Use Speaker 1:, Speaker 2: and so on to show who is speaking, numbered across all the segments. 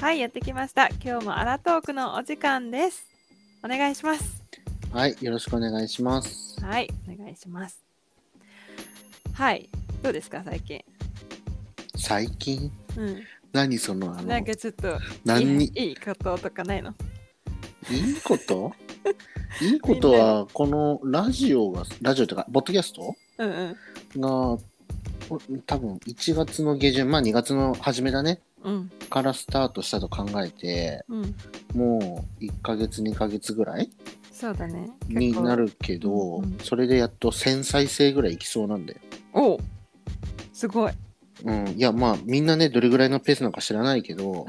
Speaker 1: はい、やってきました。今日もアラトークのお時間です。お願いします。
Speaker 2: はい、よろしくお願いします。
Speaker 1: はい、お願いします。はい、どうですか、最近。
Speaker 2: 最近
Speaker 1: う
Speaker 2: 何そのあ
Speaker 1: ん、なん
Speaker 2: の
Speaker 1: かちょっと
Speaker 2: 何
Speaker 1: い
Speaker 2: に
Speaker 1: いいいこととかないの
Speaker 2: いいこと いいこと
Speaker 1: みんな
Speaker 2: はこのラジオがラジオというかポッドキャスト
Speaker 1: うんうん。
Speaker 2: がお多分1月の下旬まあ2月の初めだね
Speaker 1: うん
Speaker 2: からスタートしたと考えて
Speaker 1: うん。
Speaker 2: もう1ヶ月2ヶ月ぐらい
Speaker 1: そうだね。
Speaker 2: にな
Speaker 1: る。
Speaker 2: るけど、
Speaker 1: うんうん
Speaker 2: それでやっと1000再生ぐらいいきそうなんだよ。
Speaker 1: おうすごい。
Speaker 2: うん、いやまあみんなねどれぐらいのペースなのか知らないけど
Speaker 1: う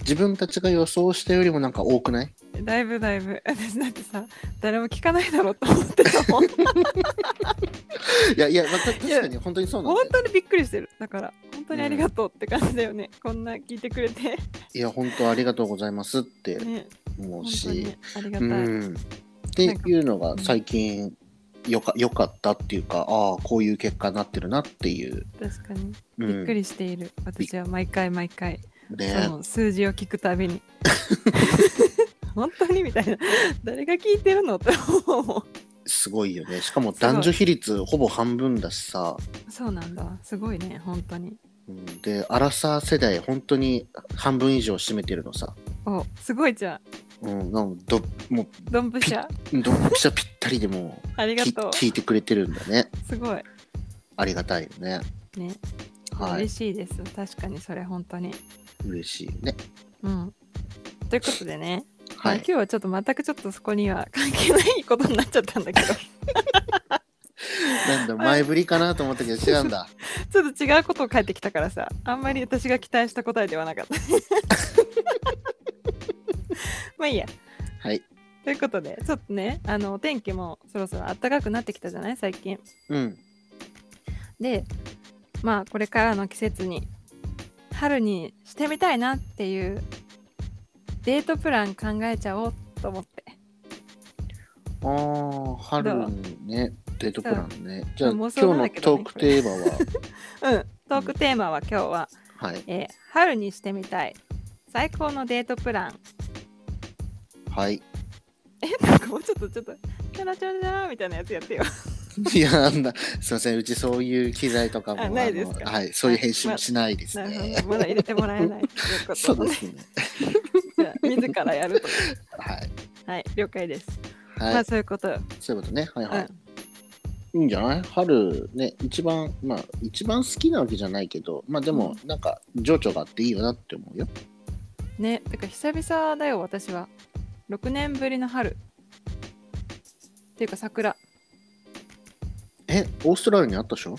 Speaker 2: 自分たちが予想したよりもなんか多くない
Speaker 1: ん。だいぶだいぶ。 私なんてさ、誰も聞かないだろうと思ってた もん。
Speaker 2: いやいや、まあた確
Speaker 1: いや
Speaker 2: かに本当にそうなん
Speaker 1: 本
Speaker 2: だよ。
Speaker 1: 当にびっくりしてる。だから、本当にありがとうって感じだよね。こんな聞いてくれて。
Speaker 2: いや、本当ありがとうございますって
Speaker 1: ね。
Speaker 2: 思う
Speaker 1: 本当に
Speaker 2: し。
Speaker 1: ありが
Speaker 2: う
Speaker 1: たい。
Speaker 2: ん。っていうのが最近よかよかったっていうか、ああ、こういう結果になってるなっていう。
Speaker 1: 確かに。
Speaker 2: うん
Speaker 1: びっくりしている。私は毎回毎回、そ
Speaker 2: ね
Speaker 1: の数字を聞くたび に。本当にみたいな。誰が聞いてるのって思
Speaker 2: すごいよね。しかも男女比率ほぼ半分だしさ。
Speaker 1: う。そうなんだ。すごいね、本当に。
Speaker 2: うんで、アラサー世代本当に半分以上占めてるのさ。
Speaker 1: おすごいじゃん。
Speaker 2: うん、なんかど、も
Speaker 1: ドンピシャ。
Speaker 2: う、ドンピシャぴったりでも
Speaker 1: あり
Speaker 2: う、
Speaker 1: が
Speaker 2: き
Speaker 1: とう。
Speaker 2: 聞いてくれてるんだね。
Speaker 1: すごい。
Speaker 2: ありがたいよね。
Speaker 1: ね、
Speaker 2: はい
Speaker 1: 嬉。しいです。確かにそれ本当に。
Speaker 2: 嬉しいね。
Speaker 1: うん。ということでね、ま
Speaker 2: は
Speaker 1: あ
Speaker 2: い
Speaker 1: 今。日はちょっと全くちょっとそこには関係ないことになっちゃったんだけど、
Speaker 2: なんだ前振りかなと思ったけど違う んだ。
Speaker 1: ちょっと違うことを書いてきたからさ、あんまり私が期待した答えではなかった。 まあいいや。
Speaker 2: はい。
Speaker 1: ということで、ちょっとね、あのお天気もそろそろ暖かくなってきたじゃない、最近。
Speaker 2: うん。
Speaker 1: で、まあこれからの季節に、春にしてみたいなっていうデートプラン考えちゃおうと思って。
Speaker 2: ああ、春ね、デートプランね。じゃあ、
Speaker 1: もう
Speaker 2: 今
Speaker 1: そ
Speaker 2: 日
Speaker 1: うなん
Speaker 2: の
Speaker 1: だけど
Speaker 2: ト
Speaker 1: ね
Speaker 2: ークテーマは、
Speaker 1: うん、トークテーマは今日は、
Speaker 2: はい。
Speaker 1: えー春にしてみたい最高のデートプラン。
Speaker 2: はい。
Speaker 1: え、 なんかもうちょっとちょっと、チャラチャラチャラみたいなやつやってよ。
Speaker 2: いや、なんだ、すいません、うちそういう機材とかも、
Speaker 1: あないですか
Speaker 2: あのはい、そういう編集
Speaker 1: ま
Speaker 2: もしないです
Speaker 1: なるほ
Speaker 2: ね。
Speaker 1: ど、まだ入れてもらえ ないというこ
Speaker 2: そ
Speaker 1: と
Speaker 2: う
Speaker 1: でね、
Speaker 2: ですね。
Speaker 1: じゃあ自らやると。
Speaker 2: はい。
Speaker 1: はい、了解です。ま
Speaker 2: は
Speaker 1: あ
Speaker 2: い。
Speaker 1: そういうこと。うん、
Speaker 2: そういうことね。はいはい。いいんじゃない春ね、一番、まあ、一番好きなわけじゃないけど、まあでも、なんか、情緒があっていいよなって思うよ。
Speaker 1: ね、だから久々だよ、私は。6年ぶりの春。っていうか桜。
Speaker 2: え、オーストラリアにあったでしょ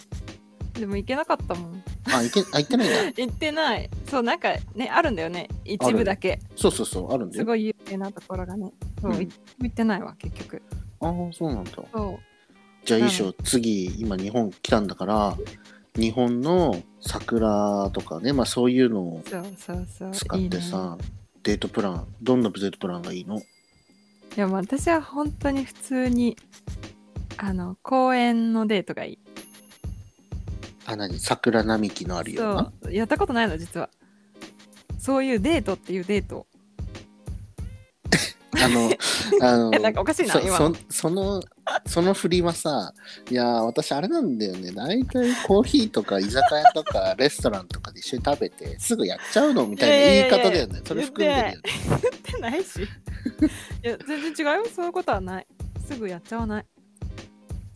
Speaker 1: でも行けなかったもん。
Speaker 2: あ、行け、あ、行ってないんだ。
Speaker 1: 行ってない。そう、なんかね、あるんだよね。一部だけ。
Speaker 2: そうそうそう、あるんだ
Speaker 1: す
Speaker 2: よ。
Speaker 1: ごい有名なところがね。そう、
Speaker 2: うん
Speaker 1: 行ってないわ、結局。
Speaker 2: ああ、そうなんだ。
Speaker 1: そう。
Speaker 2: じゃあ
Speaker 1: なの
Speaker 2: 衣装、次、今日本来たんだから、日本の桜とかね、まあそういうのを
Speaker 1: そうそうそう。
Speaker 2: 使って
Speaker 1: い
Speaker 2: さ、デートプラン、どんなデートプランがいいの
Speaker 1: いね、いやもう私は本当に普通にあの公園のデートがいい。
Speaker 2: あ、何桜並木のあるような。
Speaker 1: そうやったことないの実は。そういうデートっていうデート。
Speaker 2: あの、 あの、
Speaker 1: えなんかおかしいな
Speaker 2: そ
Speaker 1: 今
Speaker 2: そその、その振りはさ、いやー、私あれなんだよね、大体コーヒーとか居酒屋とかレストランとかで一緒に食べて、すぐやっちゃうのみたいな言い方だよね。それ含んでるよね。
Speaker 1: 言ってないし。いや全然違うよそういうことはない。すぐやっちゃわない。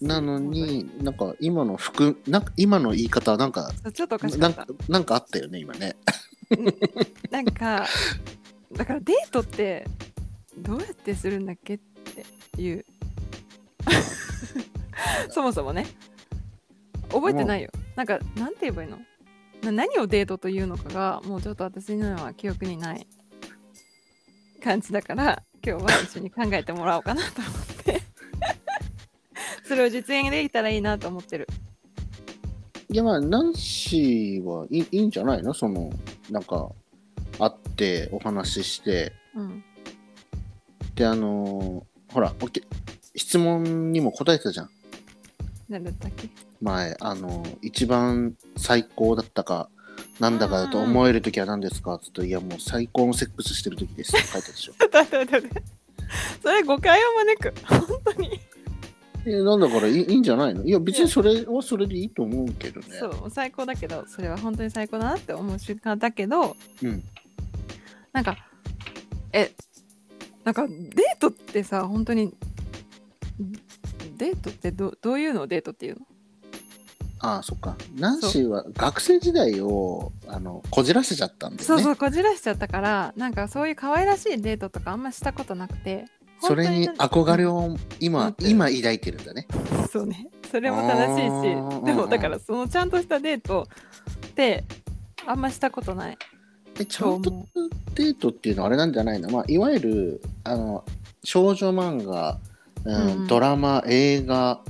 Speaker 2: なのに、なんか今の服、なんか今の言い方はなんか、
Speaker 1: そうちょっとおかしか
Speaker 2: な
Speaker 1: っ
Speaker 2: ん
Speaker 1: た
Speaker 2: か。なんかあったよね、今 ね。
Speaker 1: なんかだからデートってどうやってするんだっけっていうそもそもね覚えてないよなんかなんて言えばいいのな何をデートというのかがもうちょっと私には記憶にない感じだから今日は一緒に考えてもらおうかなと思って それを実現できたらいいなと思ってる
Speaker 2: いや、まあ、ナンシーはいいいいんじゃないのその、なんか、会って、お話しして、
Speaker 1: うん
Speaker 2: で、あのーほら、おけ質問にも答えてたじゃん。
Speaker 1: 何だったっけ。
Speaker 2: 前、あのー一番最高だったか、なんだかと思える時は何ですか?」っつと「いやもう最高のセックスしてる時です」って書いたでしょ
Speaker 1: だってだってそれ誤解を招く本当に、
Speaker 2: えなんだからいいいいんじゃないのいや別にそれはそれでいいと思うけどね。
Speaker 1: そう最高だけどそれは本当に最高だなって思う瞬間だけど
Speaker 2: うん、
Speaker 1: なんかえなんかデートってさ本当にデートってどどういうのをデートっていうの
Speaker 2: ああそっかナンシーは学生時代をあのこじらせちゃったんだよ
Speaker 1: そう
Speaker 2: ね。
Speaker 1: そうこじらしちゃったからなんかそういう可愛らしいデートとかあんましたことなくて
Speaker 2: それに
Speaker 1: 本当
Speaker 2: 憧れを今、
Speaker 1: うん
Speaker 2: 今抱いてるんだね。
Speaker 1: なんかそうねそれも正しい
Speaker 2: あー
Speaker 1: しで
Speaker 2: うんう
Speaker 1: も
Speaker 2: ん
Speaker 1: だからそのちゃんとしたデートってあんましたことない
Speaker 2: えちゃ
Speaker 1: と
Speaker 2: んと
Speaker 1: 思
Speaker 2: デートっていうのはあれなんじゃないの、まあ、いわゆるあの少女漫画、う
Speaker 1: う
Speaker 2: ん
Speaker 1: ん
Speaker 2: ドラマ映画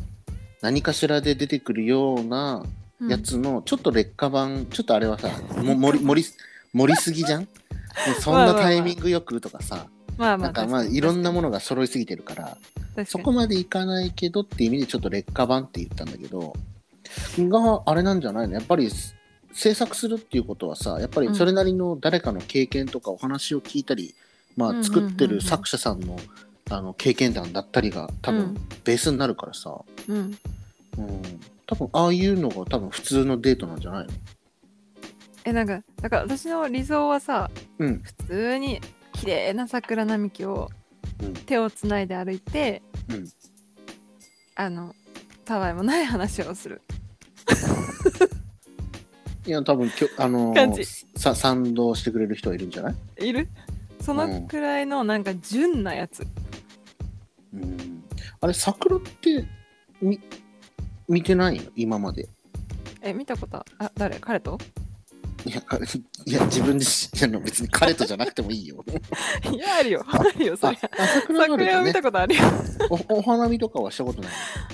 Speaker 2: 何かしらで出てくるような
Speaker 1: う、うん
Speaker 2: やつのちょっと劣化版、ちょっとあれはさも 盛り盛り盛りすぎじゃんもうそんなタイミングよくとかさ
Speaker 1: まあま
Speaker 2: な
Speaker 1: あ
Speaker 2: んか
Speaker 1: 確
Speaker 2: まあ
Speaker 1: かに
Speaker 2: いろんなものが揃いすぎてるから
Speaker 1: 確かに
Speaker 2: そこまでいかないけどっていう意味でちょっと劣化版って言ったんだけどがあれなんじゃないのやっぱり制作するっていうことはさやっぱりそれなりの誰かの経験とかお話を聞いたり、
Speaker 1: うんうん
Speaker 2: ま
Speaker 1: うん
Speaker 2: あ、作ってる作者さんのあの経験談だったりが多分ベースになるからさ、
Speaker 1: うん、うん
Speaker 2: うん、多分ああいうのが多分普通のデートなんじゃないの
Speaker 1: えなんかだから私の理想はさ
Speaker 2: うん
Speaker 1: 普通に綺麗な桜並木を
Speaker 2: うん
Speaker 1: 手をつないで歩いて、
Speaker 2: うん
Speaker 1: あのたわいもない話をする
Speaker 2: いや多分きょあのー
Speaker 1: 感じ
Speaker 2: さ賛同してくれる人はいるんじゃない、
Speaker 1: いるそうの
Speaker 2: ん
Speaker 1: くらいのなんか純なやつ、
Speaker 2: うん、あれ桜ってみ見てないの今まで
Speaker 1: え見たことあ誰彼 と
Speaker 2: いや、かいや自分で知ってるの別に彼とじゃなくてもいいよ。
Speaker 1: いやあるよある よそ
Speaker 2: あ
Speaker 1: りゃ、
Speaker 2: あ桜の
Speaker 1: 桜を
Speaker 2: あ
Speaker 1: 見た
Speaker 2: るとね
Speaker 1: ことあるよ
Speaker 2: お。お花見とかはしたことない。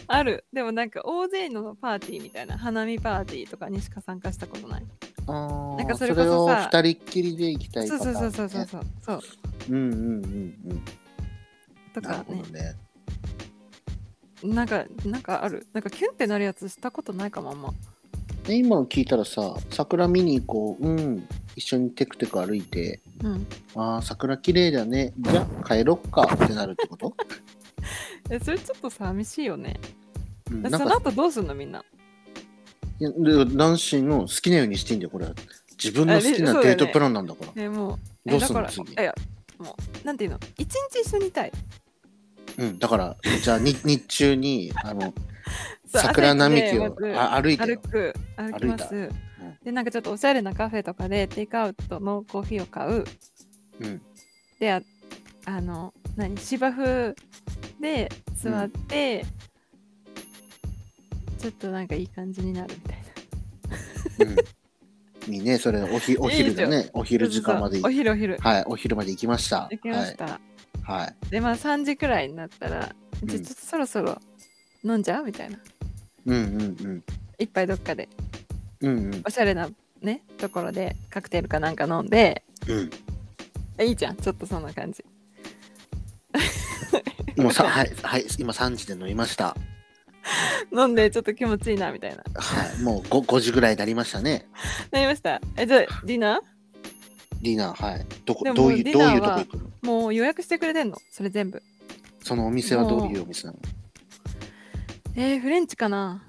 Speaker 1: あるでもなんか大勢のパーティーみたいな花見パーティーとかにしか参加したことない
Speaker 2: あ
Speaker 1: なん
Speaker 2: あ、
Speaker 1: かそ
Speaker 2: そ
Speaker 1: れ
Speaker 2: れ
Speaker 1: こそ
Speaker 2: を
Speaker 1: さ
Speaker 2: 二人っきりで行きたい
Speaker 1: そ
Speaker 2: パ
Speaker 1: う
Speaker 2: タ
Speaker 1: そ
Speaker 2: ーン
Speaker 1: う
Speaker 2: ね
Speaker 1: そうそうそうそうそう
Speaker 2: うんうんうん
Speaker 1: と
Speaker 2: うん。なる
Speaker 1: か
Speaker 2: ほど
Speaker 1: ね
Speaker 2: ね。
Speaker 1: なんかなんかあるなんかキュンってなるやつしたことないかもあんま
Speaker 2: で今の聞いたらさ、桜見に行こう。うん。一緒にテクテク歩いて、
Speaker 1: うん
Speaker 2: ああ、桜綺麗だね。じゃあ帰ろっかってなるってこと
Speaker 1: えそれちょっと寂しいよね
Speaker 2: うん
Speaker 1: え
Speaker 2: なん
Speaker 1: その
Speaker 2: か、
Speaker 1: 後どうすんのみんない
Speaker 2: やで男子の好きなようにしていいんだよ、これは。自分の好き
Speaker 1: あ
Speaker 2: な
Speaker 1: そうだよ
Speaker 2: デー
Speaker 1: ね
Speaker 2: トプランなんだから。
Speaker 1: えもう
Speaker 2: ど
Speaker 1: え
Speaker 2: う
Speaker 1: だ
Speaker 2: すん
Speaker 1: か
Speaker 2: の
Speaker 1: ら
Speaker 2: 次
Speaker 1: いやいやもうなんていうの一日一緒にいたい
Speaker 2: うん、だから、じゃあに日中に、あの、
Speaker 1: そう
Speaker 2: 桜
Speaker 1: 朝一
Speaker 2: 並
Speaker 1: で
Speaker 2: 木
Speaker 1: まず
Speaker 2: をあ歩いて
Speaker 1: 歩
Speaker 2: よ
Speaker 1: く歩きます、
Speaker 2: 歩
Speaker 1: でなんかちょっとおしゃれなカフェとかでテイクアウトのコーヒーを買う
Speaker 2: うん
Speaker 1: でああの何芝生で座って、ちょっとなんかいい感じになるみたいな
Speaker 2: うん、いいねそれおひお昼だ
Speaker 1: いい
Speaker 2: ねお昼時間まで
Speaker 1: そうそうお昼お昼
Speaker 2: はいお昼まで行きました
Speaker 1: 行きました、
Speaker 2: はい、はい
Speaker 1: でまあ3時くらいになったら、じゃ
Speaker 2: うん
Speaker 1: ちょっとそろそろ飲んじゃうみたいな
Speaker 2: うんうん
Speaker 1: 一杯どっかで
Speaker 2: うんうんうん
Speaker 1: おしゃれなねところでカクテルかなんか飲んで
Speaker 2: う
Speaker 1: えいいじゃんちょっとそんな感じ
Speaker 2: んもうさはいはい今3時で飲みました
Speaker 1: 飲んでちょっと気持ちいいなみたいな
Speaker 2: はいもう 5, 5時ぐらいになりましたね
Speaker 1: なりましたえじゃあディナ
Speaker 2: ディナーはいどこ
Speaker 1: でも
Speaker 2: どういう
Speaker 1: ディ
Speaker 2: どう
Speaker 1: ナー
Speaker 2: いうとこ
Speaker 1: は
Speaker 2: 行くの
Speaker 1: ーもう予約してくれてんのそれ全部
Speaker 2: そのお店はどういうお店な
Speaker 1: えー、フレンチかな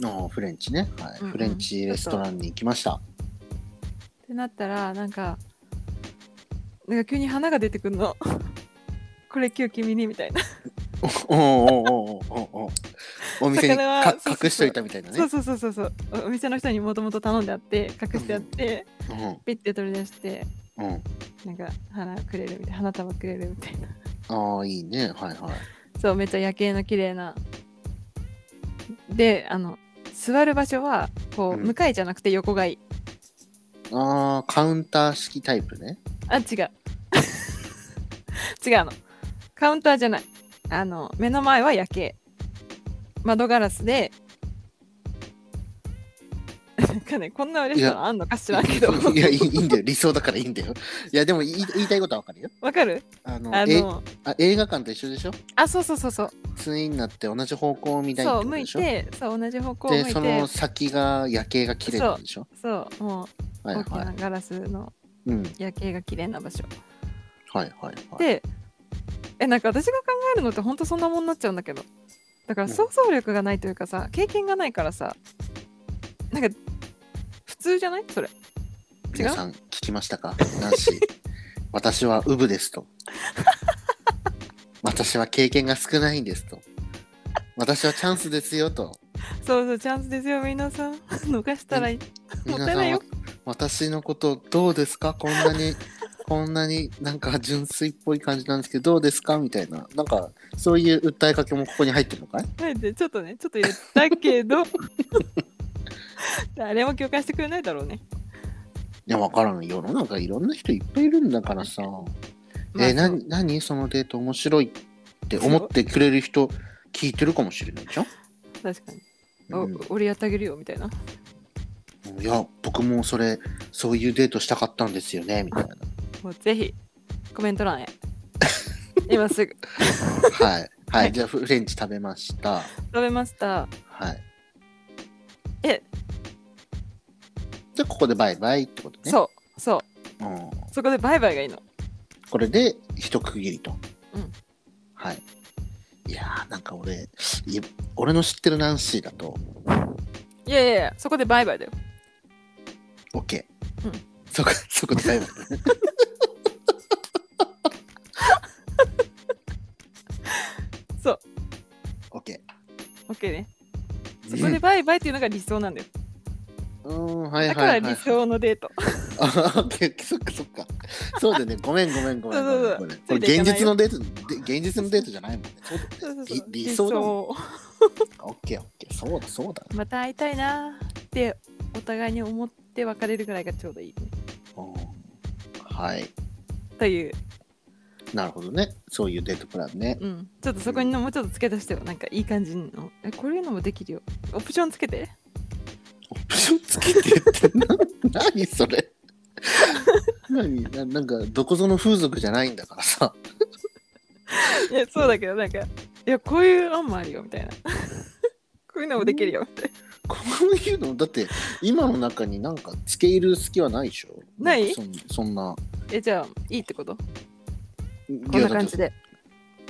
Speaker 2: のあーフレンチね、はい
Speaker 1: うんうん
Speaker 2: フレンチレストランに行きました
Speaker 1: ってなったらなんかなんか急に花が出てくるの これ今日君にみたいな、
Speaker 2: おおおーおーおーおーお店に
Speaker 1: 魚は
Speaker 2: か
Speaker 1: そうそうそう
Speaker 2: 隠しといたみたいなね
Speaker 1: そうそうそうそうそうおお店の人にもともと頼んであって隠してあって、ピッて取り出して
Speaker 2: うんうん
Speaker 1: なんか花くれるみたいな花束くれるみたいな
Speaker 2: ああいいねはいはい
Speaker 1: そうめっちゃ夜景の綺麗なであの座る場所はこう、
Speaker 2: うん
Speaker 1: 向かいじゃなくて横がいい
Speaker 2: ああ、カウンター式タイプね。
Speaker 1: あ違う 違うのカウンターじゃないあの目の前は夜景窓ガラスで なんかねこんなレストランあんのか知らんけど
Speaker 2: いやいいいいんだよ理想だからいいんだよいやでも言い言いたいことはわかるよ
Speaker 1: わかる
Speaker 2: あの
Speaker 1: あ
Speaker 2: え
Speaker 1: の
Speaker 2: あ映画館と一緒でしょ
Speaker 1: あそうそうそうそう
Speaker 2: 常になって同じ方向を見たいって
Speaker 1: そう
Speaker 2: こと
Speaker 1: 向
Speaker 2: で
Speaker 1: い
Speaker 2: しょ
Speaker 1: てそう同じ方向を向い
Speaker 2: で
Speaker 1: て
Speaker 2: その先が夜景が綺麗なんでしょ
Speaker 1: そうもう
Speaker 2: はい
Speaker 1: 大
Speaker 2: はい
Speaker 1: きなガラスの
Speaker 2: うん
Speaker 1: 夜景が綺麗な場所
Speaker 2: はいはいはい
Speaker 1: でえなんか私が考えるのってほんとそんなもんなっちゃうんだけどだから想像力がないというかさ経験がないからさなんか普通じゃないそれ
Speaker 2: 皆さん聞きましたか男 子私はウブですと 私は経験が少ないんですと私はチャンスですよと
Speaker 1: そうそうチャンスですよ皆さん 逃したらいいもっ
Speaker 2: 皆
Speaker 1: たい
Speaker 2: さ
Speaker 1: なんい
Speaker 2: は
Speaker 1: よ
Speaker 2: 私のことどうですかこん なにこんなになんか純粋っぽい感じなんですけどどうですかみたいななんかそういう訴えかけもここに入ってるのかい
Speaker 1: はいでちょっとねちょっと入れたけ ど誰も共感してくれないだろうね、
Speaker 2: いやわからん世の中いろんな人いっぱいいるんだからさ、
Speaker 1: まあ
Speaker 2: えーな何そのデート面白いって思ってくれる人聞いてるかもしれないじゃん
Speaker 1: そう確かに、お
Speaker 2: うん
Speaker 1: 俺やってあげるよみたいない
Speaker 2: や僕もそれそういうデートしたかったんですよねみ たいな
Speaker 1: もうぜひコメント 欄へ今すぐ
Speaker 2: はいはい、
Speaker 1: はい
Speaker 2: じゃあフレンチ食べました
Speaker 1: 食べました
Speaker 2: はい
Speaker 1: え
Speaker 2: じゃあここでバイバイってことね
Speaker 1: そうそう
Speaker 2: う、ん、
Speaker 1: そこでバイバイがいいの
Speaker 2: これで一区切りと、
Speaker 1: うん
Speaker 2: はいいやーなんか俺いや俺の知ってるナンシーだと
Speaker 1: いやいやいやそこでバイバイだよ
Speaker 2: OK、
Speaker 1: うん、
Speaker 2: そこそこでバイバイ
Speaker 1: そう
Speaker 2: OK
Speaker 1: OK ねそこでバイバイっていうのが理想なんだよ
Speaker 2: うんはい
Speaker 1: だ
Speaker 2: は
Speaker 1: か
Speaker 2: いは
Speaker 1: ら
Speaker 2: い、は
Speaker 1: 理
Speaker 2: い、
Speaker 1: 想のデート
Speaker 2: あオッケーオッケーそっかそっか。そうだよね。ごめんごめんごめんご
Speaker 1: そ
Speaker 2: めん。
Speaker 1: うそうそう
Speaker 2: これ
Speaker 1: つい
Speaker 2: こ
Speaker 1: てい
Speaker 2: れ
Speaker 1: か
Speaker 2: 現
Speaker 1: ない
Speaker 2: 実
Speaker 1: よ
Speaker 2: のデートで現実のデートじゃないもんね。そうだよ
Speaker 1: そうそ
Speaker 2: ね
Speaker 1: うそう
Speaker 2: り理想だもん
Speaker 1: を
Speaker 2: オッケーオッケー。そうだそうだ。
Speaker 1: また会いたいなーってお互いに思って別れるぐらいがちょうどいいね
Speaker 2: うんはい。
Speaker 1: という、
Speaker 2: なるほどね。そういうデートプランね。
Speaker 1: うん、ちょっとそこにもうちょっと付け足してよなんかいい感じのえこういうのもできるよオプションつけて
Speaker 2: オプションつけてってな 何それ。何ななんかどこぞの風俗じゃないんだからさ。
Speaker 1: いやそうだけどなんかいやこういう案もあるよみ たいなこういうのもできるよみたい
Speaker 2: こういうのだって今の中になんかつけ入る隙はないでしょ。
Speaker 1: ない
Speaker 2: そんそんな。
Speaker 1: なえじゃあいいってこと
Speaker 2: こ
Speaker 1: こんな感じで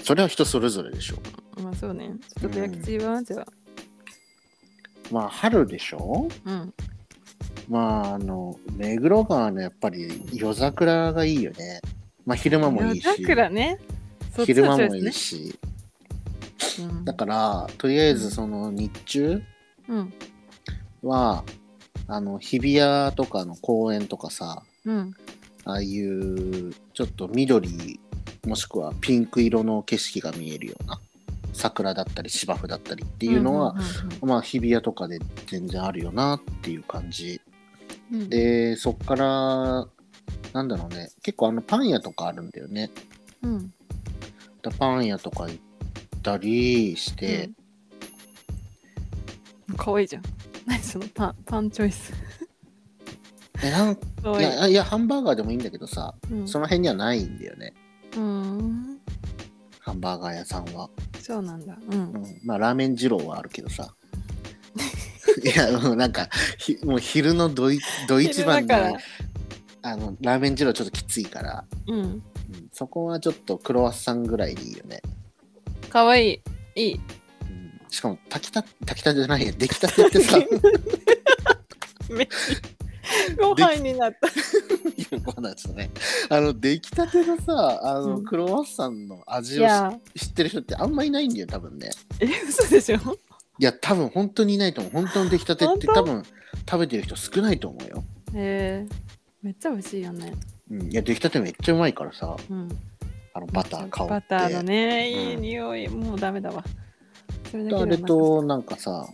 Speaker 2: それは人それぞれでしょ。
Speaker 1: まあそうねちょっとやきちはじゃあ
Speaker 2: まあ春でしょ
Speaker 1: うん
Speaker 2: まああの目黒川のやっぱり夜桜がいいよね。まあ昼間もいいし
Speaker 1: 夜桜ねそっち
Speaker 2: 昼
Speaker 1: の
Speaker 2: 間
Speaker 1: チョ
Speaker 2: も
Speaker 1: イ
Speaker 2: い
Speaker 1: ス
Speaker 2: い
Speaker 1: ね
Speaker 2: し、
Speaker 1: うん
Speaker 2: だからとりあえずその日中
Speaker 1: うん
Speaker 2: はあの日比谷とかの公園とかさ
Speaker 1: うん
Speaker 2: ああいうちょっと緑もしくはピンク色の景色が見えるような桜だったり芝生だったりっていうのは、
Speaker 1: んうん
Speaker 2: まあ日比谷とかで全然あるよなっていう感じ。
Speaker 1: うんうん
Speaker 2: でそっからなんだろうね結構あのパン屋とかあるんだよね
Speaker 1: うん
Speaker 2: だパン屋とか行ったりして、
Speaker 1: うん、かわいいじゃん。何そのパンパンチョイス。
Speaker 2: えなんい
Speaker 1: かわいい。
Speaker 2: やいやハンバーガーでもいいんだけどさ、
Speaker 1: うん、
Speaker 2: その辺にはないんだよね
Speaker 1: うん
Speaker 2: ハンバーガー屋さんは、
Speaker 1: そうなんだ。うん
Speaker 2: う。ん、まあラーメン二郎はあるけどさ いやもうなんかひもう昼のドイドイツ版
Speaker 1: 昼だ
Speaker 2: で
Speaker 1: か
Speaker 2: あのラーメン二郎ちょっときついから、
Speaker 1: ら。うん。
Speaker 2: うん、そこはちょっとクロワッサンぐらいでいいよね
Speaker 1: かわいい。いい。
Speaker 2: うんしかも炊きた炊きたてじゃないや出来たてっ てさ
Speaker 1: ご飯にな った。
Speaker 2: いうことなんですよねあの出来たてのさあの、
Speaker 1: うん
Speaker 2: クロワッサンの味
Speaker 1: い
Speaker 2: をし
Speaker 1: や、
Speaker 2: 知ってる人ってあんまいないんだよ多分ね
Speaker 1: え、嘘でしょ
Speaker 2: いや多分本当にいないと思う本当の出来たてって
Speaker 1: 本当
Speaker 2: 多分食べてる人少ないと思うよ、
Speaker 1: えー、めっちゃ美味しいよね。
Speaker 2: うん、いや出来たてめっちゃうまいからさ
Speaker 1: うん。
Speaker 2: あのバター香って
Speaker 1: バターのね、いい
Speaker 2: うん
Speaker 1: 匂い。もうダメだわ。それだけで
Speaker 2: あ
Speaker 1: お腹
Speaker 2: れとなんかさ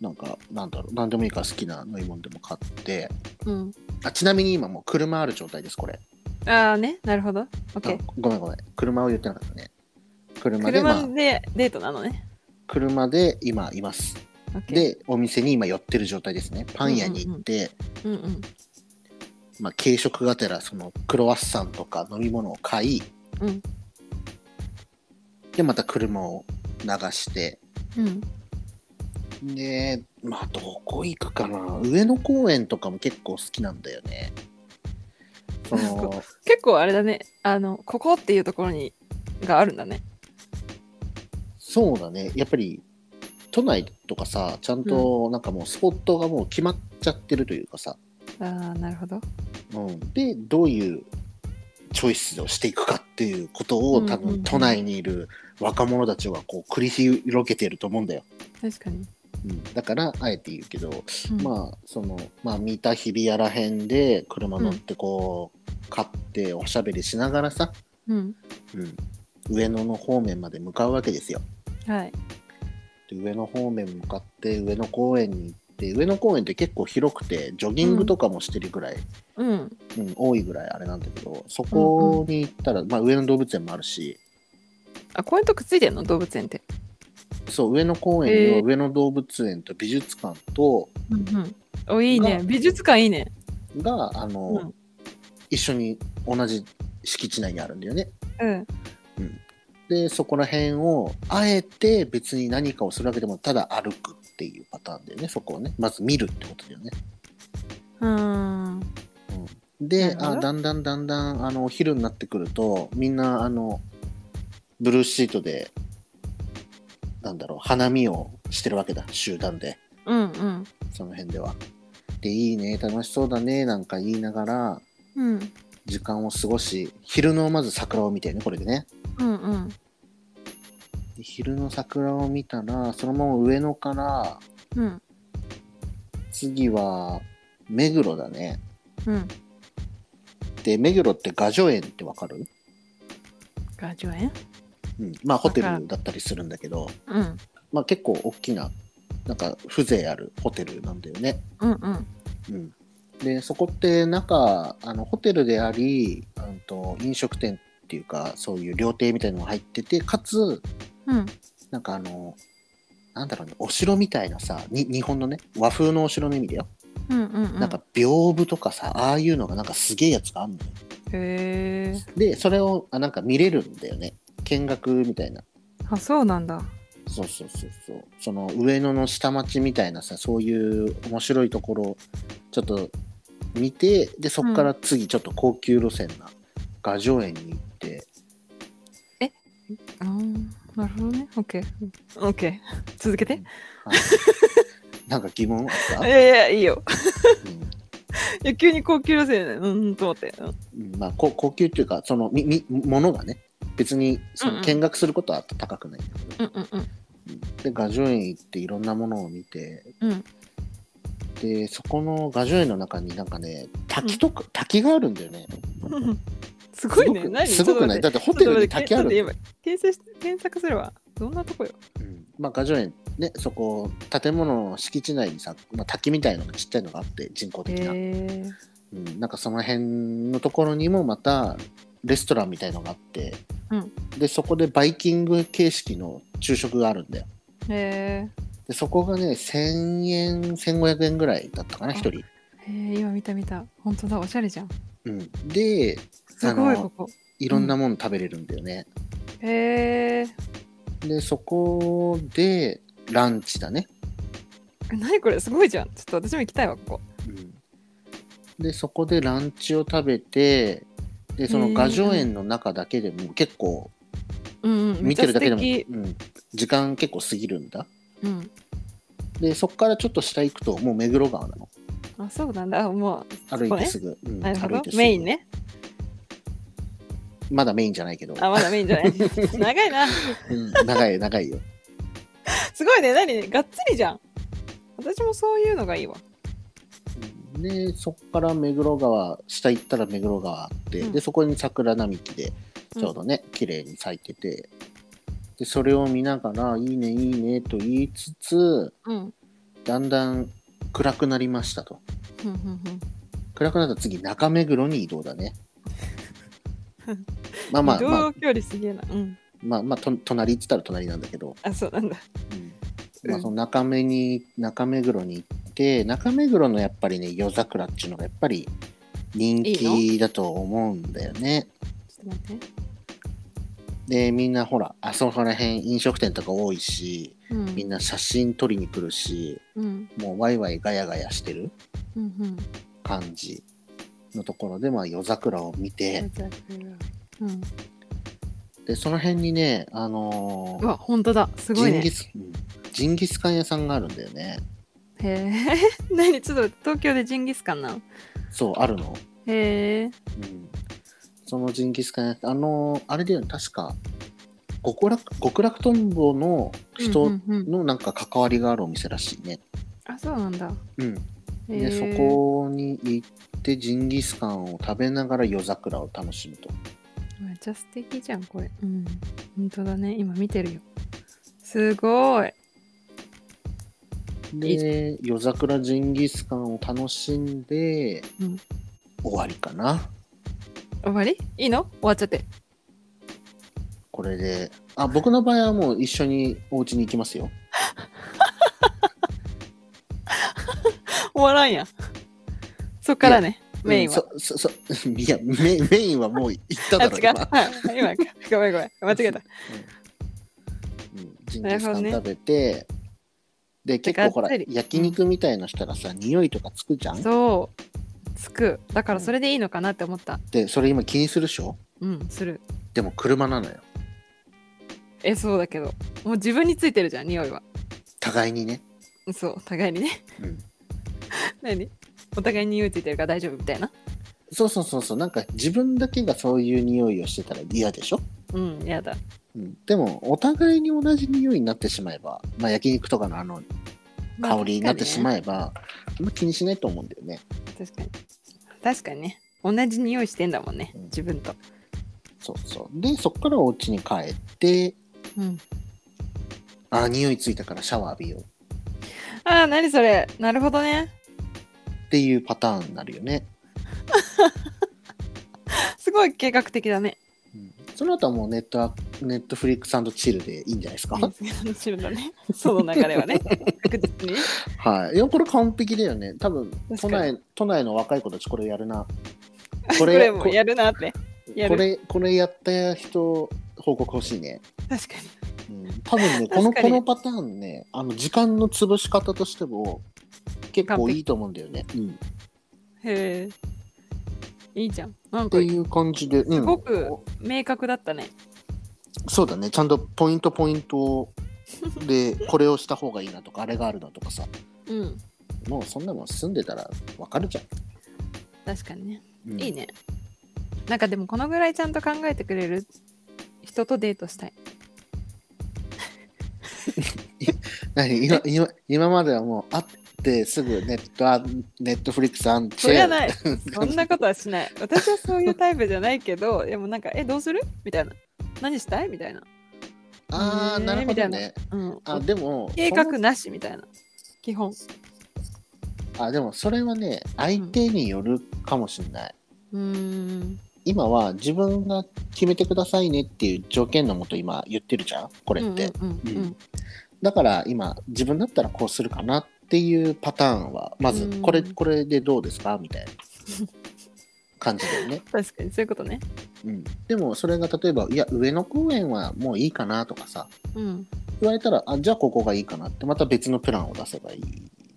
Speaker 2: なんかなんだろう何でもいいから好きな飲み物でも買って
Speaker 1: うん。
Speaker 2: あちなみに今もう車ある状態ですこれ
Speaker 1: ああね、なるほど。オッケー。
Speaker 2: あごめんごめん車を言ってなかったね車で、まあ
Speaker 1: 車でデートなのね。
Speaker 2: 車で今います
Speaker 1: オッケー、
Speaker 2: でお店に今寄ってる状態ですねパン屋に行って、
Speaker 1: うんうん
Speaker 2: まあ、軽食がてらそのクロワッサンとか飲み物を買い、
Speaker 1: うん
Speaker 2: でまた車を流して
Speaker 1: うん
Speaker 2: でまあどこ行くかな上野公園とかも結構好きなんだよね その
Speaker 1: 結構あれだねあのここっていうところにがあるんだね
Speaker 2: そうだねやっぱり都内とかさちゃんとなんかもうスポットがもう決まっちゃってるというかさ、
Speaker 1: あーなるほど
Speaker 2: うん、でどういうチョイスをしていくかっていうことを多
Speaker 1: うんうんうん
Speaker 2: 分都内にいる若者たちはこう繰り広げてると思うんだよ、
Speaker 1: 確かに、
Speaker 2: うん、だからあえて言うけど
Speaker 1: うん
Speaker 2: まあそのまあ見た日比谷らへんで車乗ってこう、買っておしゃべりしながらさ、
Speaker 1: うん
Speaker 2: うん、上野の方面まで向かうわけですよ
Speaker 1: はい
Speaker 2: で上野方面向かって上野公園に行って上野公園って結構広くてジョギングとかもしてるぐらい、
Speaker 1: うん
Speaker 2: うん多いぐらいあれなんだけどそこに行ったら、まあ、上野動物園もあるし
Speaker 1: あ公園とくっついてんの動物園って
Speaker 2: そう上野公園に
Speaker 1: へ
Speaker 2: は
Speaker 1: ー
Speaker 2: 上野動物園と美術館と
Speaker 1: うんうんおいいね
Speaker 2: が
Speaker 1: 美術館いいね
Speaker 2: があの、
Speaker 1: うん
Speaker 2: 一緒に同じ敷地内にあるんだよね。
Speaker 1: うん
Speaker 2: でそこら辺をあえて別に何かをするわけでもただ歩くっていうパターンだよねそこをねまず見るってことだよね。
Speaker 1: うんなる
Speaker 2: で
Speaker 1: ほど
Speaker 2: あだんだんだんだんあのお昼になってくるとみんなあのブルーシートでなんだろう花見をしてるわけだ集団で
Speaker 1: うんうん
Speaker 2: その辺では。でいいね楽しそうだねなんか言いながら
Speaker 1: うん
Speaker 2: 時間を過ごし昼のまず桜を見てねこれでね。
Speaker 1: うんうん
Speaker 2: で昼の桜を見たらそのまま上野から
Speaker 1: うん
Speaker 2: 次は目黒だね
Speaker 1: うん
Speaker 2: で目黒って雅叙園ってわかる、
Speaker 1: ガジュエン
Speaker 2: うん、まあホテルだったりするんだけど、
Speaker 1: うん
Speaker 2: まあ、結構大きななんか風情あるホテルなんだよね、
Speaker 1: うんうん
Speaker 2: うん、でそこって中あのホテルでありあのと飲食店っていうかそういう料亭みたいのが入っててかつ
Speaker 1: うん
Speaker 2: なんかあのなんだろうねお城みたいなさに日本のね和風のお城の意味だよ
Speaker 1: うんうんうん
Speaker 2: なんか屏風とかさああいうのがなんかすげえやつがあんのよ
Speaker 1: へえ
Speaker 2: でそれをあなんか見れるんだよね見学みたいな
Speaker 1: あそうなんだ
Speaker 2: そうそうそうそうその上野の下町みたいなさそういう面白いところをちょっと見てでそっから次ちょっと高級路線な雅叙園に行って、
Speaker 1: あーなるほどねオッケーオッケー続けて
Speaker 2: はいなんか疑問あっ
Speaker 1: い
Speaker 2: た、
Speaker 1: やいやいいよ
Speaker 2: うん
Speaker 1: いや急に高級路線うんと思ってうん
Speaker 2: うんまあ、こ高級っていうかそのみみものがね別にそ
Speaker 1: うんう
Speaker 2: の
Speaker 1: ん
Speaker 2: 見学することは高くないんだけど、
Speaker 1: うんうんうん
Speaker 2: で雅叙園行っていろんなものを見て、
Speaker 1: うん
Speaker 2: でそこの雅叙園の中になんかね滝とか、滝があるんだよね
Speaker 1: うん すごいね。
Speaker 2: すごく
Speaker 1: 何
Speaker 2: すごくな
Speaker 1: ち
Speaker 2: い
Speaker 1: ょ
Speaker 2: だ
Speaker 1: っ
Speaker 2: ってホ
Speaker 1: と
Speaker 2: テル
Speaker 1: 待っ
Speaker 2: に
Speaker 1: て
Speaker 2: 滝あるんだ
Speaker 1: ち
Speaker 2: よ
Speaker 1: ょっと待って今検索し検索するわ。どんなとこよ。
Speaker 2: うんまあ雅叙園ねそこ建物の敷地内にさ、まあ、滝みたいのがちっちゃいのがあって人工的
Speaker 1: へ
Speaker 2: な、
Speaker 1: え。
Speaker 2: うん、なんかその辺のところにもまたレストランみたいのがあって、
Speaker 1: うん
Speaker 2: でそこでバイキング形式の昼食があるんだよ
Speaker 1: へ
Speaker 2: でそこがね1000円1500円ぐらいだったかな1人、
Speaker 1: え。へえ今見た見た。本当だおしゃれじゃん。
Speaker 2: うん、です
Speaker 1: ご
Speaker 2: あ
Speaker 1: い
Speaker 2: の
Speaker 1: ここ。
Speaker 2: いろんなもの食べれるんだよね、
Speaker 1: へえ。
Speaker 2: でそこでランチだね、
Speaker 1: 何これすごいじゃん。ちょっと私も行きたいわここ。
Speaker 2: うん、でそこでランチを食べてでそ
Speaker 1: へ
Speaker 2: の
Speaker 1: ー
Speaker 2: 雅叙園の中だけでも結構
Speaker 1: うんうん。
Speaker 2: 見てるだけでも、
Speaker 1: めっちゃ素敵
Speaker 2: うん、時間結構過ぎるんだ
Speaker 1: うん。
Speaker 2: でそこからちょっと下行くともう目黒川なの
Speaker 1: あそうなんだ。あもう
Speaker 2: 歩いてす
Speaker 1: ぐ。
Speaker 2: ぐ、うん
Speaker 1: なるほ
Speaker 2: 歩い
Speaker 1: ど
Speaker 2: てす。ぐ
Speaker 1: メインね。
Speaker 2: まだメインじゃないけど、
Speaker 1: あまだメインじゃない。 長いな。
Speaker 2: うん、長い長いよ
Speaker 1: すごいね。何がっつりじゃん。私もそういうのがいいわ。
Speaker 2: でそこから目黒川下行ったら目黒川あって、
Speaker 1: うん
Speaker 2: でそこに桜並木でちょうどね、綺麗に咲いててでそれを見ながら「いいねいいね」と言いつつ
Speaker 1: うん。
Speaker 2: だんだん暗くなりましたと
Speaker 1: ふんふんふん。
Speaker 2: 暗くなったら次中目黒に移動 だねまあまあ
Speaker 1: 移動
Speaker 2: まあ
Speaker 1: 距離すげえな。うん。
Speaker 2: まあまあと隣って言ったら隣なんだけど、
Speaker 1: あそうなんだ。
Speaker 2: まあ、その中目に中目黒に行って中目黒のやっぱりね夜桜っていうのがやっぱり人気だと思うんだよね。
Speaker 1: ちょっと待って。
Speaker 2: でみんなほらあそこら辺飲食店とか多いし
Speaker 1: うん。
Speaker 2: みんな写真撮りに来るし
Speaker 1: うん。
Speaker 2: もうワイワイガヤガヤしてる
Speaker 1: うん。うん。
Speaker 2: 感じのところで、まあ、夜桜を見て
Speaker 1: 活躍うん。
Speaker 2: でその辺にね、あのー
Speaker 1: うわ、本当だ。すごい
Speaker 2: ジン
Speaker 1: ね
Speaker 2: ギ。スうんジンギスカン屋さんがあるんだよね。
Speaker 1: へえ。 何ちょっと待って東京でジンギスカンなの
Speaker 2: そうあるの。
Speaker 1: へえ。
Speaker 2: うんそのジンギスカン屋あのーあれだよね確か極楽極楽とんぼの
Speaker 1: う
Speaker 2: 人
Speaker 1: んうんうん
Speaker 2: のなんか関わりがあるお店らしいね。
Speaker 1: あ、そうなんだ。
Speaker 2: うん、
Speaker 1: へ
Speaker 2: で
Speaker 1: え
Speaker 2: そこに行ってジンギスカンを食べながら夜桜を楽しむと。
Speaker 1: めっちゃ素敵じゃんこれうん本当だね今見てるよすごい
Speaker 2: で夜桜ジンギスカンを楽しんで、
Speaker 1: うん
Speaker 2: 終わりかな
Speaker 1: 終わりいいの終わっちゃって
Speaker 2: これであ僕の場合はもう一緒にお家に行きますよ。
Speaker 1: 終わらんやんそっからねメインは、
Speaker 2: うんそそそいやメメインはもう行った
Speaker 1: あ
Speaker 2: だろ
Speaker 1: 違うはい 今かごめんごめん間違えた
Speaker 2: うんうんジン
Speaker 1: な
Speaker 2: ギ
Speaker 1: る
Speaker 2: ス
Speaker 1: ほ
Speaker 2: カ
Speaker 1: ど
Speaker 2: ン
Speaker 1: ね
Speaker 2: 食べて、で結構ほら
Speaker 1: がっつり
Speaker 2: 焼肉みたいのしたらさ、匂いとかつくじゃん
Speaker 1: そうつくだからそれでいいのかなって思った
Speaker 2: でそれ今気にするでしょ
Speaker 1: うんする
Speaker 2: でも車なのよ
Speaker 1: えそうだけどもう自分についてるじゃん匂いは
Speaker 2: 互いにね、
Speaker 1: そう互いにね
Speaker 2: うん、
Speaker 1: 何お互いに匂いついてるから大丈夫みたいな
Speaker 2: そうそうそうそうなんか自分だけがそういう匂いをしてたら嫌でしょ、
Speaker 1: うんやだ
Speaker 2: うん、でもお互いに同じ匂いになってしまえば、まあ、焼肉とかのあの
Speaker 1: まあ
Speaker 2: 香りになってしま
Speaker 1: 確
Speaker 2: えば、あんま気にしないと思うんだよね
Speaker 1: かにね確かに確かにね同じ匂いしてんだもんね
Speaker 2: うん
Speaker 1: 自分と
Speaker 2: そうそうでそっからお家に帰って
Speaker 1: うん
Speaker 2: あ匂いついたからシャワー浴びよう
Speaker 1: ああ、何それ。なるほどね。
Speaker 2: っていうパターンになるよね
Speaker 1: すごい計画的だね。
Speaker 2: うんその後はもうネットアネットフリックスチルでいいんじゃないで すか。
Speaker 1: 楽しみだね。その流れはね。確実にね。
Speaker 2: はい。いや、これ完璧だよね。多分
Speaker 1: に
Speaker 2: 都内都内の若い子たちこれや るな。こ
Speaker 1: こ
Speaker 2: れ
Speaker 1: れもやるなって。や
Speaker 2: こ
Speaker 1: る。
Speaker 2: れこれやった人報告欲しいね。
Speaker 1: 確かに。
Speaker 2: うん、多 分ねこの
Speaker 1: 確か
Speaker 2: こ
Speaker 1: に
Speaker 2: のパターンねあの時間の潰し方としても結構いいと思うんだよね。うん、っ
Speaker 1: へえ。いいじゃん。なん
Speaker 2: て
Speaker 1: か、
Speaker 2: いう感じで、うん、
Speaker 1: すごく明確だったね。
Speaker 2: そうだねちゃんとポイントポイントでこれをした方がいいなとかあれがあるなとかさ
Speaker 1: うん。
Speaker 2: もうそんなの住んでたらわかるじゃん。
Speaker 1: 確かにね。
Speaker 2: うん
Speaker 1: いいね。なんかでも、このぐらいちゃんと考えてくれる人とデートしたい。
Speaker 2: 何今今今まではもう会ってすぐネットあネットフリックスアンチ
Speaker 1: そり
Speaker 2: ェ
Speaker 1: ゃ
Speaker 2: ア
Speaker 1: ない。そんなことはし ない。私はそういうタイプじゃないけど、でもなんか、え、どうするみたいな。何したいみたいな。
Speaker 2: ああ
Speaker 1: ねー
Speaker 2: なるほどね
Speaker 1: うん。
Speaker 2: あでも
Speaker 1: 計画なしみたいな基本
Speaker 2: そのあでもそれはね相手によるかもしれない、
Speaker 1: うーん
Speaker 2: 今は自分が決めてくださいねっていう条件のもと今言ってるじゃんこれって、
Speaker 1: うんうんうんうん
Speaker 2: だから今自分だったらこうするかなっていうパターンはまず
Speaker 1: うん
Speaker 2: これ、これでどうですかみたいな感じだよね、
Speaker 1: 確かにそういうことね
Speaker 2: うん、でもそれが例えばいや上野公園はもういいかなとかさ
Speaker 1: うん
Speaker 2: 言われたらあじゃあここがいいかなってまた別のプランを出せばいい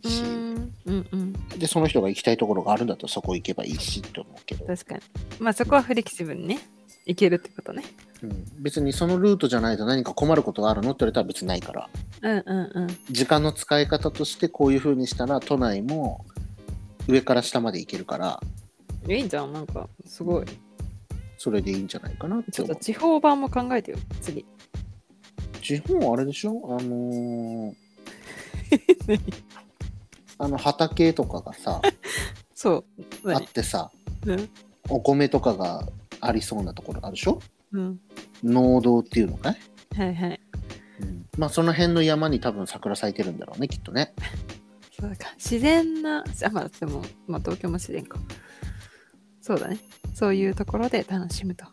Speaker 2: うし、
Speaker 1: ーんうんうん
Speaker 2: でその人が行きたいところがあるんだったらそこ行けばいいしって思うけど、
Speaker 1: 確かにまあそこはフレキシブルにねいけるってことね
Speaker 2: うん、別にそのルートじゃないと何か困ることがあるのって言われたら別にないから
Speaker 1: うんうんうん
Speaker 2: 時間の使い方としてこういう風にしたら都内も上から下まで行けるから
Speaker 1: いいじゃんなんかすごい
Speaker 2: それでいいんじゃないかなって
Speaker 1: ちょっ
Speaker 2: 思
Speaker 1: と
Speaker 2: う
Speaker 1: 地方版も考えてよ次
Speaker 2: 地方あれでしょ あのー
Speaker 1: 何
Speaker 2: あの畑とかがさ
Speaker 1: そう
Speaker 2: あ
Speaker 1: 何
Speaker 2: ってさ
Speaker 1: うん
Speaker 2: お米とかがありそうなところあるでしょ
Speaker 1: うん
Speaker 2: 農道っていうのかい
Speaker 1: はいはい
Speaker 2: まあその辺の山に多分桜咲いてるんだろうねきっとね
Speaker 1: そうか自然なあまあでもまあ東京も自然かそうだねそういうところで楽しむと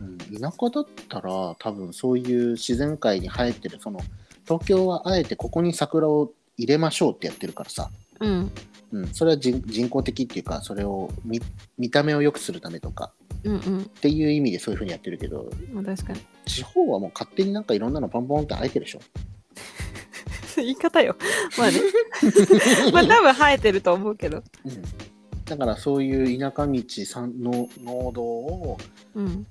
Speaker 2: うん田舎だったら多分そういう自然界に生えてるその東京はあえてここに桜を入れましょうってやってるからさ、
Speaker 1: うん
Speaker 2: うん、それは人人工的っていうかそれを見見た目を良くするためとか
Speaker 1: うんうん
Speaker 2: っていう意味でそういうふうにやってるけど
Speaker 1: まあ確かに
Speaker 2: 地方はもう勝手になんかいろんなのポンポンって生えてるでしょ
Speaker 1: 言い方 よまあねまあ多分生えてると思うけど
Speaker 2: うん、だからそういう田舎道さんの農道を
Speaker 1: うん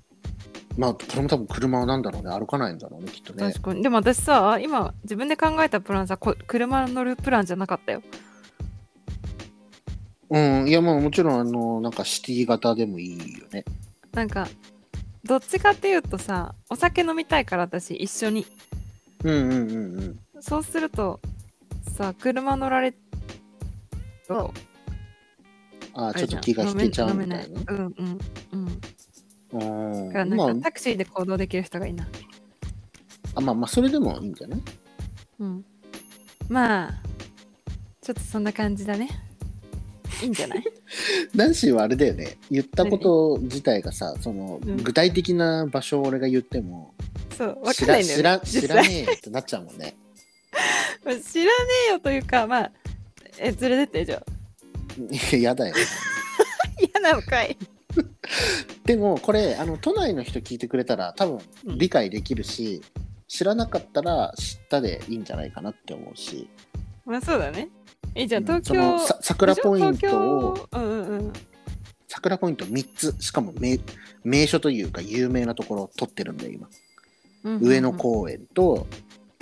Speaker 2: まあこれも多分車はなんだろうね歩かないんだろうねきっとね
Speaker 1: 確かにでも私さ今自分で考えたプランさこ車乗るプランじゃなかったよ
Speaker 2: うんいやまあもちろんあのなんかシティ型でもいいよね
Speaker 1: なんかどっちかっていうとさお酒飲みたいから私一緒に
Speaker 2: うんうんうんうん
Speaker 1: そうするとさ車乗られと
Speaker 2: ああ
Speaker 1: あ
Speaker 2: ちょ
Speaker 1: れ
Speaker 2: っ
Speaker 1: じ
Speaker 2: と
Speaker 1: ん
Speaker 2: 気が引けちゃう
Speaker 1: 飲め
Speaker 2: みたい
Speaker 1: 飲め
Speaker 2: な
Speaker 1: ないうんうんうん
Speaker 2: うん
Speaker 1: だから
Speaker 2: ま
Speaker 1: な
Speaker 2: あ
Speaker 1: んかタクシーで行動できる人がいいな
Speaker 2: あまあまあそれでもいいんじゃない
Speaker 1: うんまあちょっとそんな感じだねいいんじゃ ない
Speaker 2: ナンシーはあれだよね言ったこと自体がさその、
Speaker 1: うん
Speaker 2: 具体的な場所を俺が言っても
Speaker 1: そうわか
Speaker 2: 知
Speaker 1: んな
Speaker 2: ら
Speaker 1: いんだよ、ね、
Speaker 2: 知ら知
Speaker 1: 実
Speaker 2: ら
Speaker 1: 際
Speaker 2: ねえってなっちゃうもんね
Speaker 1: 知らねえよというかまあえ連れてってじゃあ
Speaker 2: 嫌だよ
Speaker 1: 嫌なのかい
Speaker 2: でもこれあの都内の人聞いてくれたら多分
Speaker 1: うん
Speaker 2: 理解できるし、知らなかったら知ったでいいんじゃないかなって思うし
Speaker 1: まあそうだねえじゃあ
Speaker 2: うん
Speaker 1: 東
Speaker 2: そ
Speaker 1: 京、
Speaker 2: のさ桜ポイン
Speaker 1: でし
Speaker 2: ト
Speaker 1: ょ
Speaker 2: を
Speaker 1: 東京うんうんうん
Speaker 2: 桜ポイント3つしかも名名所というか有名なところを取ってるんで今、
Speaker 1: うんうんうん
Speaker 2: 上野公園と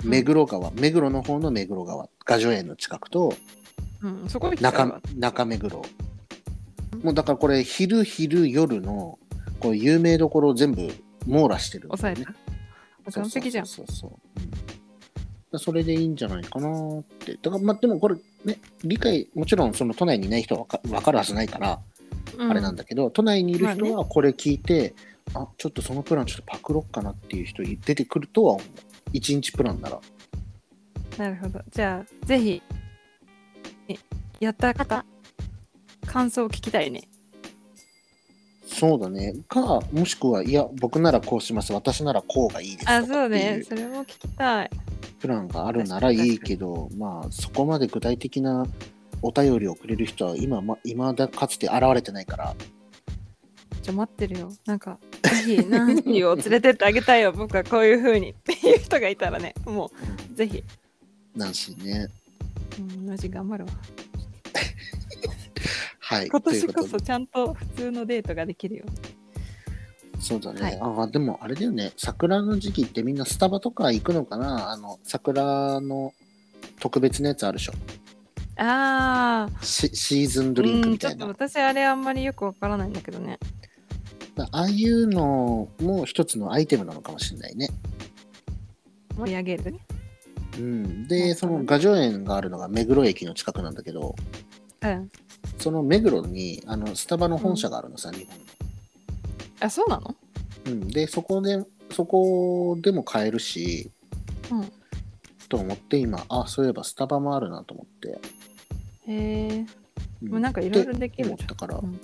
Speaker 1: うん
Speaker 2: 目黒川、目黒の方の目黒川雅叙園の近くと
Speaker 1: うん、そこに来た
Speaker 2: 中
Speaker 1: ら
Speaker 2: 中目黒もうだからこれ昼昼夜のこう有名どころを全部網羅してるんだよ
Speaker 1: 抑えた。あ完璧じゃん。
Speaker 2: そうそうそうそううんだからそれでいいんじゃないかなって。だからまあでもこれね、理解、もちろんその都内にいない人はわかわかるはずないから、あれなんだけど、都内にいる人
Speaker 1: ま
Speaker 2: はこれ聞いて、あちょっとそのプランちょっとパクろっかなっていう人出てくるとは思う。1日プランなら。
Speaker 1: なるほど。じゃあ、ぜひ、えやった方、感想を聞きたいね。
Speaker 2: そうだね。か、もしくは、いや、僕ならこうします、私ならこうがいいですとか
Speaker 1: あ、
Speaker 2: って
Speaker 1: そう
Speaker 2: い
Speaker 1: ね
Speaker 2: う。
Speaker 1: それも聞きたい。
Speaker 2: プランがあるならいいけど、まあ、そこまで具体的なお便りをくれる人は今、ま、今だかつて現れてないから、
Speaker 1: ちょ、待ってるよ。なんか、ぜ ひ、ナンシーを連れてってあげたいよ。僕はこういう風にっていう人がいたらね、もう、ぜひ、
Speaker 2: なんしね。
Speaker 1: うん、マジ頑張るわ。
Speaker 2: はい。
Speaker 1: 今年こと
Speaker 2: い
Speaker 1: そう
Speaker 2: こ
Speaker 1: ちゃんと普通のデートができるよ。
Speaker 2: とそうだね。
Speaker 1: はい
Speaker 2: ああ、でもあれだよね。桜の時期ってみんなスタバとか行くのかなあの、桜の特別なやつあるでしょ。
Speaker 1: あー、
Speaker 2: シシーズンドリンクみたいな。
Speaker 1: うんちょっと私、あれあんまりよくわからないんだけどね。
Speaker 2: ああいうのも一つのアイテムなのかもしれないね。
Speaker 1: 盛り上げるね。
Speaker 2: うん。
Speaker 1: な
Speaker 2: で、
Speaker 1: る
Speaker 2: そ
Speaker 1: ほど
Speaker 2: の雅叙園があるのが目黒駅の近くなんだけど、
Speaker 1: うん。
Speaker 2: その目黒にあのスタバの本社があるのさ、日本の。
Speaker 1: あ、そうなの
Speaker 2: うん、でそこでそこでも買えるし、
Speaker 1: うん
Speaker 2: と思って今あそういえばスタバもあるなと思って、
Speaker 1: へえ。
Speaker 2: う
Speaker 1: もうなんかいろいろ
Speaker 2: って
Speaker 1: でき
Speaker 2: 思
Speaker 1: る
Speaker 2: っ
Speaker 1: じゃん。
Speaker 2: たから、
Speaker 1: う
Speaker 2: うん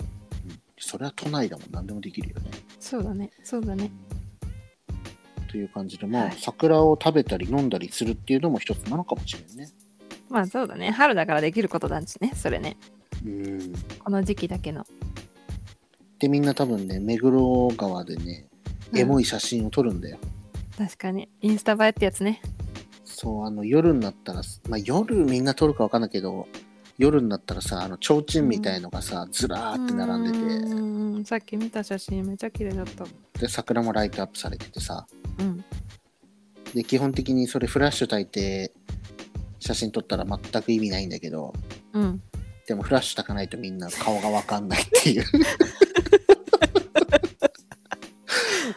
Speaker 2: それは都内だもん何でもできるよね、
Speaker 1: そうだね、そうだね。
Speaker 2: という感じでまあ、
Speaker 1: はい
Speaker 2: 桜を食べたり飲んだりするっていうのも一つなのかもしれんね
Speaker 1: まあそうだね、春だからできることだしね、それね。
Speaker 2: うん
Speaker 1: この時期だけの。
Speaker 2: でみんな多分ね目黒川でねエモ
Speaker 1: い。
Speaker 2: い写真を撮るんだよ、
Speaker 1: 確かに。インスタ映えってやつね。
Speaker 2: そうあの夜になったら、まあ、夜みんな撮るか分かんないけど夜になったらさあの提灯みたいのがさ、ずらーって並んでて、
Speaker 1: うん、さっき見た写真めちゃ綺麗だった。
Speaker 2: で桜もライトアップされててさ
Speaker 1: うん。
Speaker 2: で基本的にそれフラッシュ焚いて写真撮ったら全く意味ないんだけど
Speaker 1: うん。
Speaker 2: でもフラッシュ焚かないとみんな顔が分かんないっ ていう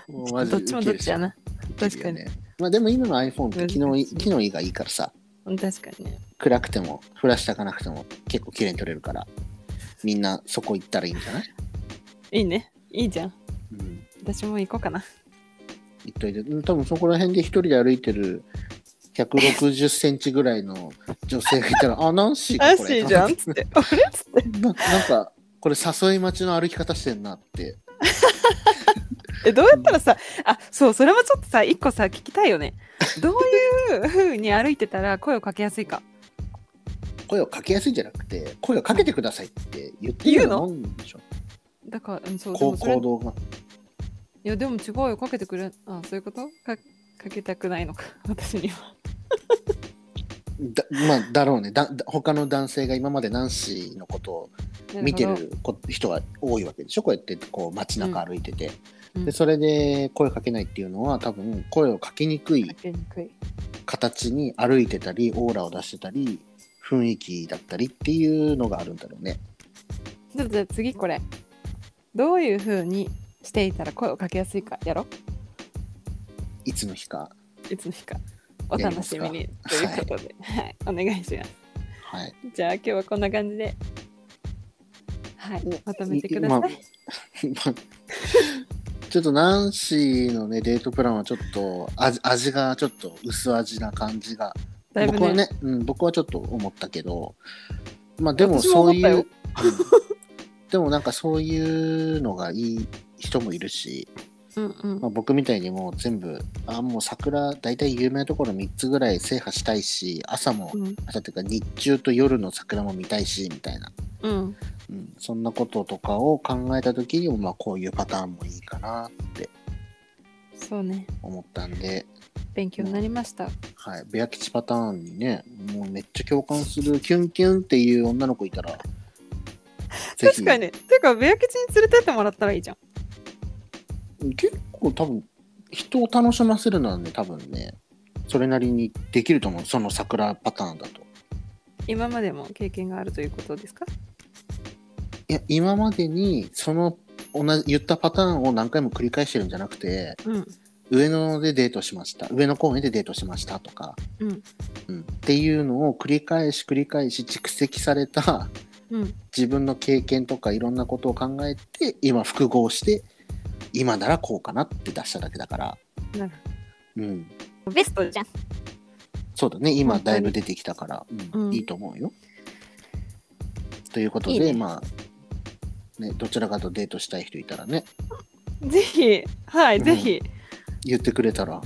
Speaker 2: もうマジ
Speaker 1: どっちもどっちやな。
Speaker 2: ウケるよね
Speaker 1: 確
Speaker 2: まあでも今の iPhone って機能い
Speaker 1: 難しい
Speaker 2: 機能いいがいいからさ
Speaker 1: うん確かにね。
Speaker 2: 暗くてもフラッシュ焚かなくても結構綺麗に撮れるからみんなそこ行ったらいいんじゃない、
Speaker 1: いいね。いいじゃん。
Speaker 2: うん
Speaker 1: 私も行こうかな。
Speaker 2: 行っといてうん多分そこら辺で一人で歩いてる160センチぐらいの女性がいたら「あナンシー
Speaker 1: あ
Speaker 2: か
Speaker 1: っ
Speaker 2: こ
Speaker 1: し
Speaker 2: れ」
Speaker 1: ーじゃんっつって。 あれっつって。
Speaker 2: ななんかこれ誘い待ちの歩き方してんなって
Speaker 1: え、どうやったらさ、あ、そう、それもちょっとさ、一個さ、聞きたいよね。どういう風に歩いてたら声をかけやすいか。
Speaker 2: 声をかけやすいんじゃなくて声をかけてくださいって言ってるようなもんでしょ
Speaker 1: だから、うん、そう、で
Speaker 2: こ
Speaker 1: も
Speaker 2: う
Speaker 1: それ
Speaker 2: 行動が
Speaker 1: いや、でも違うよ。かけてくれ。あ、そういうことかかけたくないのか、 私には。
Speaker 2: だまあだろうねだだ他の男性が今までナンシーのことを見て
Speaker 1: なほど。
Speaker 2: るこ人が多いわけでしょこうやってこう街中歩いてて、
Speaker 1: うん
Speaker 2: でそれで声かけないっていうのは多分声をかけにくい
Speaker 1: かけにくい。
Speaker 2: 形に歩いてたりオーラを出してたり雰囲気だったりっていうのがあるんだろうね
Speaker 1: ちょっとじゃあ次これ。どういう風にしていたら声をかけやすいかやろ
Speaker 2: いつの日か
Speaker 1: いつの日か。お楽しみにと
Speaker 2: や
Speaker 1: い
Speaker 2: りま
Speaker 1: う
Speaker 2: す
Speaker 1: ことで、はい、お願いします。
Speaker 2: はい
Speaker 1: じゃあ今日はこんな感じで、はい
Speaker 2: ね、
Speaker 1: まとめてください。
Speaker 2: まあ ちょっとナンシーのねデートプランはちょっと味味がちょっと薄味な感じが
Speaker 1: だいぶ
Speaker 2: 僕は
Speaker 1: ね、
Speaker 2: ね、うん、僕はちょっと思ったけどまあでも
Speaker 1: 私も
Speaker 2: そう
Speaker 1: 思っ
Speaker 2: い
Speaker 1: たよ
Speaker 2: う、うんでもなんかそういうのがいい人もいるし、
Speaker 1: うんうん
Speaker 2: まあ、僕みたいにもう全部あもう桜大体有名なところ3つぐらい制覇したいし朝も
Speaker 1: うん
Speaker 2: 朝っていうか日中と夜の桜も見たいしみたいな、
Speaker 1: うん、
Speaker 2: うん、そんなこととかを考えた時にもまあこういうパターンもいいかなって
Speaker 1: そうね、
Speaker 2: 思ったんで、
Speaker 1: 勉強になりました。
Speaker 2: はい、ベア吉パターンにねもうめっちゃ共感するキュンキュンっていう女の子いたらぜひ
Speaker 1: 確かに、てか、ベア吉に連れてってもらったらいいじゃん。
Speaker 2: 結構多分人を楽しませるのはね多分ねそれなりにできると思うその桜パターンだと
Speaker 1: 今までも経験があるということですか
Speaker 2: いや今までにその同じ言ったパターンを何回も繰り返してるんじゃなくて
Speaker 1: うん、
Speaker 2: 上野でデートしました上野公園でデートしましたとか、
Speaker 1: うん、
Speaker 2: うん、っていうのを繰り返し繰り返し蓄積された
Speaker 1: うん。
Speaker 2: 自分の経験とかいろんなことを考えて今複合して今ならこうかなって出しただけだから、
Speaker 1: なる
Speaker 2: うん、
Speaker 1: ベストじゃん。
Speaker 2: そうだね、今
Speaker 1: 本当
Speaker 2: だ
Speaker 1: に
Speaker 2: いぶ出てきたから、うん
Speaker 1: うん
Speaker 2: いいと思うよ。ということで、
Speaker 1: いいね
Speaker 2: まあ、ね、どちらかとデートしたい人いたらね、
Speaker 1: ぜひ、は
Speaker 2: う
Speaker 1: い、
Speaker 2: ん
Speaker 1: ぜひ、
Speaker 2: 言ってくれたら、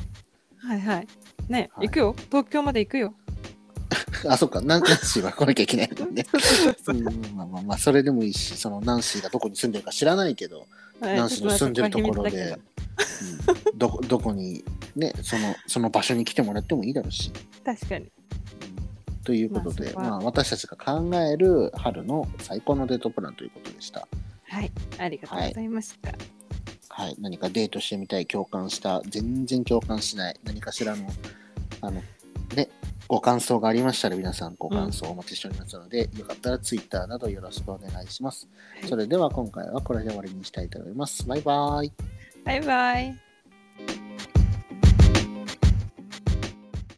Speaker 1: はいはい。ね、
Speaker 2: はい
Speaker 1: 行くよ。東京まで行く よ。
Speaker 2: あ、そっか、ナンナンシーは来なきゃいけないもん ね。うん、まあまあまあ、それでもいいし、そのナンシーがどこに住んでるか知らないけど、
Speaker 1: はい
Speaker 2: ナンシーの住んでるとこ
Speaker 1: ちょっ
Speaker 2: ろ。で、うん、どこ どこに、ね、そのその場所に来てもらってもいいだろうし。
Speaker 1: とは秘密だけど確かに。
Speaker 2: うんということ
Speaker 1: まあ
Speaker 2: で、
Speaker 1: そこは
Speaker 2: まあ、私たちが考える春の最高のデートプランということでした。
Speaker 1: はい、ありがとうございました。
Speaker 2: はい、何かデートしてみたい共感した全然共感しない何かしらのあの、ね、ご感想がありましたら皆さんご感想お待ちしておりますので、よかったら Twitter などよろしくお願いします。
Speaker 1: はい
Speaker 2: それでは今回はこれで終わりにしたいと思います。バイバイ
Speaker 1: バイバイ。